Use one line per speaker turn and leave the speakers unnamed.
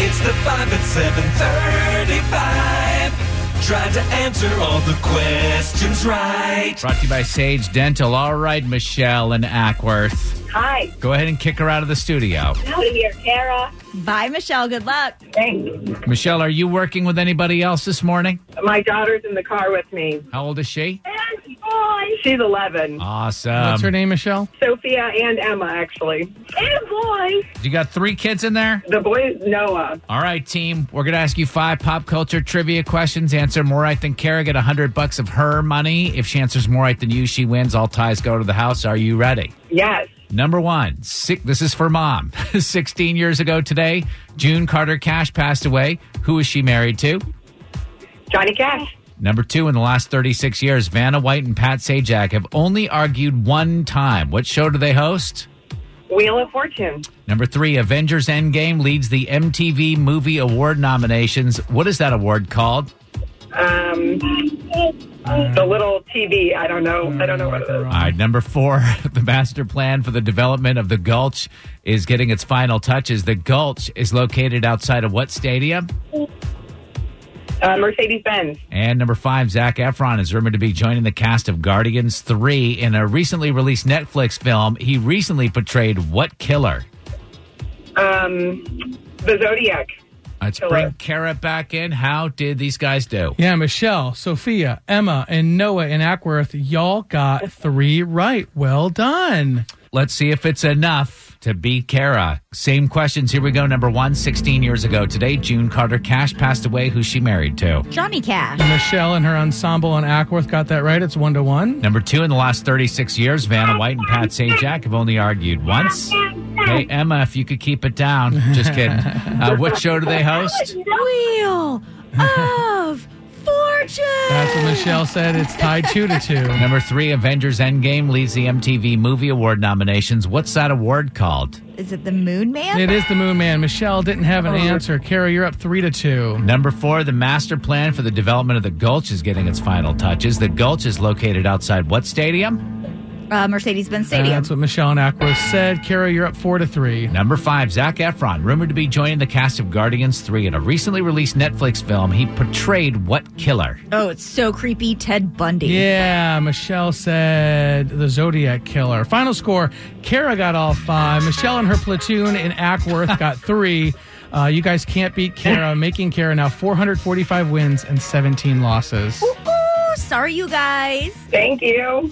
It's the 5 at 735. Trying to answer all the questions right.
Brought to you by Sage Dental. All right, Michelle and Ackworth.
Hi,
Go ahead and kick her out of the studio.
out of here, Kara.
Bye, Michelle. Good luck.
Thanks.
Michelle, are you working with anybody else this morning?
My daughter's in the car with me.
How old is she?
She's 11.
Awesome.
What's her name, Michelle?
Sophia and Emma, actually. And boy.
You got three kids in there?
The boy is Noah.
All right, team. We're going to ask you five pop culture trivia questions. Answer more right than Kara. Get 100 bucks of her money. If she answers more right than you, she wins. All ties go to the house. Are you ready?
Yes.
Number one, six, this is for mom. 16 years ago today, June Carter Cash passed away. Who is she married to?
Johnny Cash.
Number two, in the last 36 years, Vanna White and Pat Sajak have only argued one time. What show do they host?
Wheel of Fortune.
Number three, Avengers Endgame leads the MTV Movie Award nominations. What is that award called?
Um, the little TV. I don't know. I don't know what it is.
All right, number four, the master plan for the development of the Gulch is getting its final touches. The Gulch is located outside of what stadium?
Uh, Mercedes Benz.
And number five, Zach Efron is rumored to be joining the cast of Guardians 3 in a recently released Netflix film. He recently portrayed what killer?
Um, the Zodiac.
Let's
Killer.
bring Kara back in. How did these guys do?
Yeah, Michelle, Sophia, Emma, and Noah in Ackworth. Y'all got three right. Well done.
Let's see if it's enough to beat Kara. Same questions. Here we go. Number one, 16 years ago today, June Carter Cash passed away. Who she married to?
Johnny Cash.
Michelle and her ensemble in Ackworth got that right. It's one to one.
Number two, in the last 36 years, Vanna White and Pat Sajak have only argued once. Hey, Emma, if you could keep it down. Just kidding. Uh, what show do they host?
Wheel of Fortune.
That's what Michelle said. It's tied two to two.
Number three, Avengers Endgame leads the MTV Movie Award nominations. What's that award called?
Is it the Moon Man?
It is the Moon Man. Michelle didn't have an answer. Kara, you're up three to two.
Number four, the master plan for the development of the Gulch is getting its final touches. The Gulch is located outside what stadium?
Uh, Mercedes-Benz Stadium.
That's what Michelle and Ackworth said. Kara, you're up four to three.
Number five, Zach Efron, rumored to be joining the cast of Guardians 3 in a recently released Netflix film. He portrayed what killer?
oh, it's so creepy. Ted Bundy.
Yeah, Michelle said the Zodiac Killer. Final score Kara got all five. Michelle and her platoon in Ackworth got three. Uh, you guys can't beat Kara, making Kara now 445 wins and 17 losses.
Ooh, sorry, you guys.
Thank you.